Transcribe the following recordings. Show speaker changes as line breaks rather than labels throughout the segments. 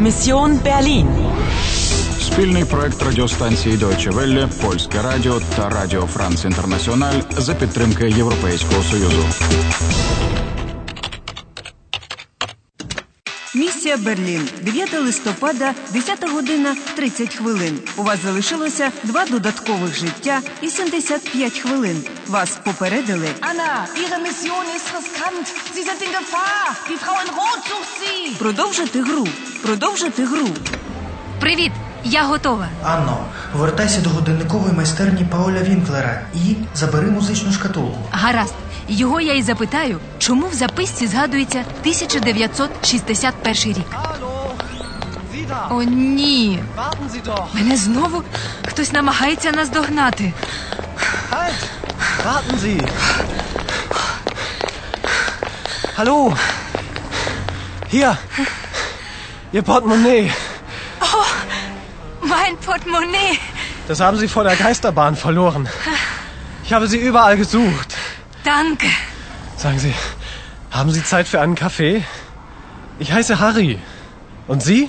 Mission Berlin.
Спільний проект радіостанції Deutsche Welle, Польське Радіо та Радіо Франц Інтернаціональ за підтримки Європейського Союзу.
Місія Берлін. 9 листопада, 10 година 30 хвилин. У вас залишилося два додаткових життя і 75 хвилин. Вас попередили.
Anna, Ihre Mission ist riskant. Sie sind in Gefahr. Die Frau in Rot sucht Sie.
Продовжити гру. Продовжити гру.
Привіт, я готова.
Анно, вертайся до годинникової майстерні Пауля Вінклера і забери музичну шкатулку.
Гаразд. Його я і запитаю, чому в записці згадується 1961 рік. О, ні. Мене знову хтось намагається наздогнати.
Halt! Warten Sie! Hallo! Hier! Ihr Portemonnaie!
Mein Portemonnaie.
Das haben Sie vor der Geisterbahn verloren. Ich habe Sie überall gesucht.
Danke.
Sagen Sie, haben Sie Zeit für einen Kaffee? Ich heiße Harry. Und Sie?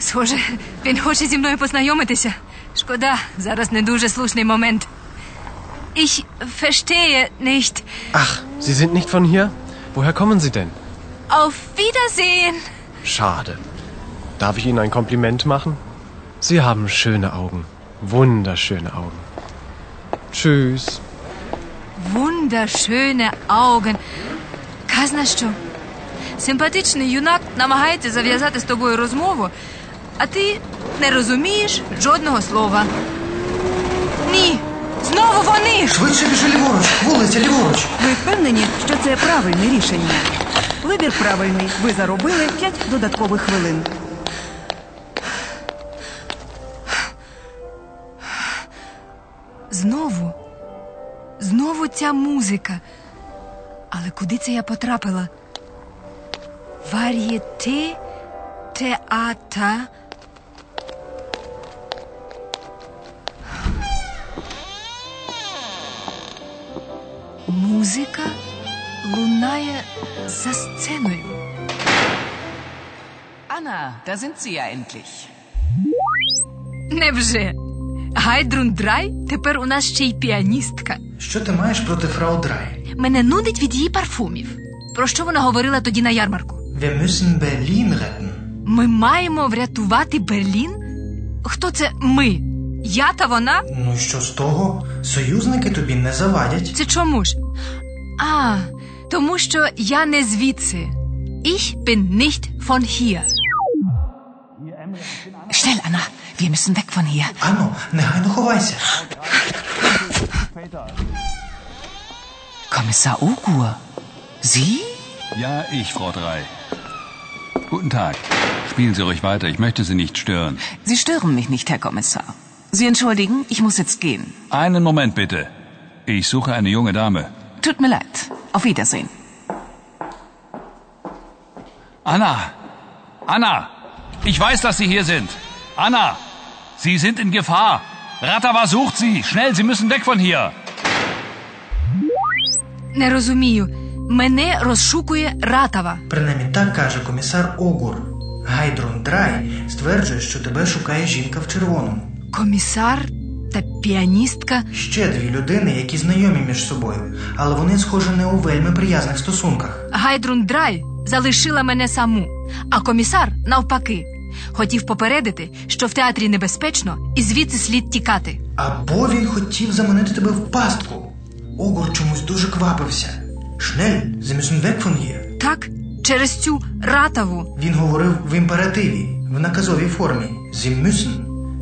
Схоже, він хоче зі мною познайомитися. Шкода, зараз не дуже слушний момент. Ich verstehe nicht.
Ach, Sie sind nicht von hier? Woher kommen Sie denn?
Auf Wiedersehen.
Schade. Darf ich Ihnen ein Kompliment machen? Sie haben schöne Augen. Wunderschöne Augen. Tschüss.
Wunderschöne Augen. Казна що? Симпатичний юнак намагається зав'язати з тобою розмову, а ти не розумієш жодного слова. Ні, знову вони!
Швидше біжи ліворуч, вулиця ліворуч.
Ви впевнені, що це правильне рішення? Вибір правильний. Ви заробили 5 додаткових хвилин.
Знову. Знову ця музика. Але куди це я потрапила? Вар'єте теата. Музика лунає за сценою.
Anna, da sind Sie ja endlich.
Невже? Гайдрундрай тепер у нас ще й піаністка.
Що ти маєш проти фрау Драй?
Мене нудить від її парфумів. Про що вона говорила тоді на ярмарку?
Wir müssen Berlin retten.
Ми маємо врятувати Берлін? Хто це ми? Я та вона?
Ну і що з того? Союзники тобі не завадять.
Це чому ж? А, тому що я не звідси. Ich bin nicht von hier.
Schnell, Anna. Wir müssen weg von hier.
Анно, негайно ховайся.
Kommissar Ogur. Sie?
Ja, ich, Frau Drei. Guten Tag. Spielen Sie ruhig weiter, ich möchte Sie nicht stören.
Sie stören mich nicht, Herr Kommissar. Sie entschuldigen, ich muss jetzt gehen.
Einen Moment bitte. Ich suche eine junge Dame.
Tut mir leid. Auf Wiedersehen.
Anna! Anna! Ich weiß, dass Sie hier sind. Anna! Sie sind in Gefahr. Ratawa sucht Sie. Schnell, Sie müssen weg von hier.
Не розумію. Мене розшукує Ратава.
Принаймні так каже комісар Огур. Гайдрун Драй стверджує, що тебе шукає жінка в червоному.
Комісар та піаністка.
Ще дві людини, які знайомі між собою, але вони, схоже, не у вельми приязних стосунках.
Гайдрундрай залишила мене саму, а комісар навпаки. Хотів попередити, що в театрі небезпечно і звідси слід тікати.
Або він хотів заманити тебе в пастку. Огур чомусь дуже квапився. Шнель, Sie müssen weg von hier.
Так, через цю ратаву.
Він говорив в імперативі, в наказовій формі. Sie müssen.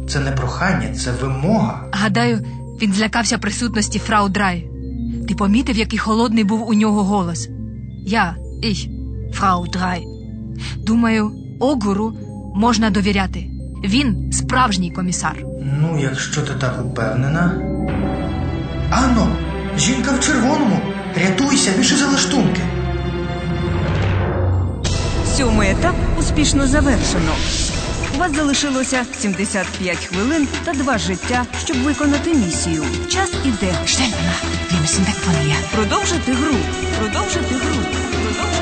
Це не прохання, це вимога.
Гадаю, він злякався присутності фрау Драй. Ти помітив, який холодний був у нього голос? Я, ich, фрау Драй. Думаю, огуру можна довіряти. Він справжній комісар.
Ну, якщо ти так упевнена. Анно, жінка в червоному. Рятуйся, біжи за лаштунки.
Сьомий етап успішно завершено. У вас залишилося 75 хвилин та два життя, щоб виконати місію. Час іде.
Schnell, Anna. Wir müssen weg von hier.
Продовжити гру. Продовжити гру. Продовжити гру.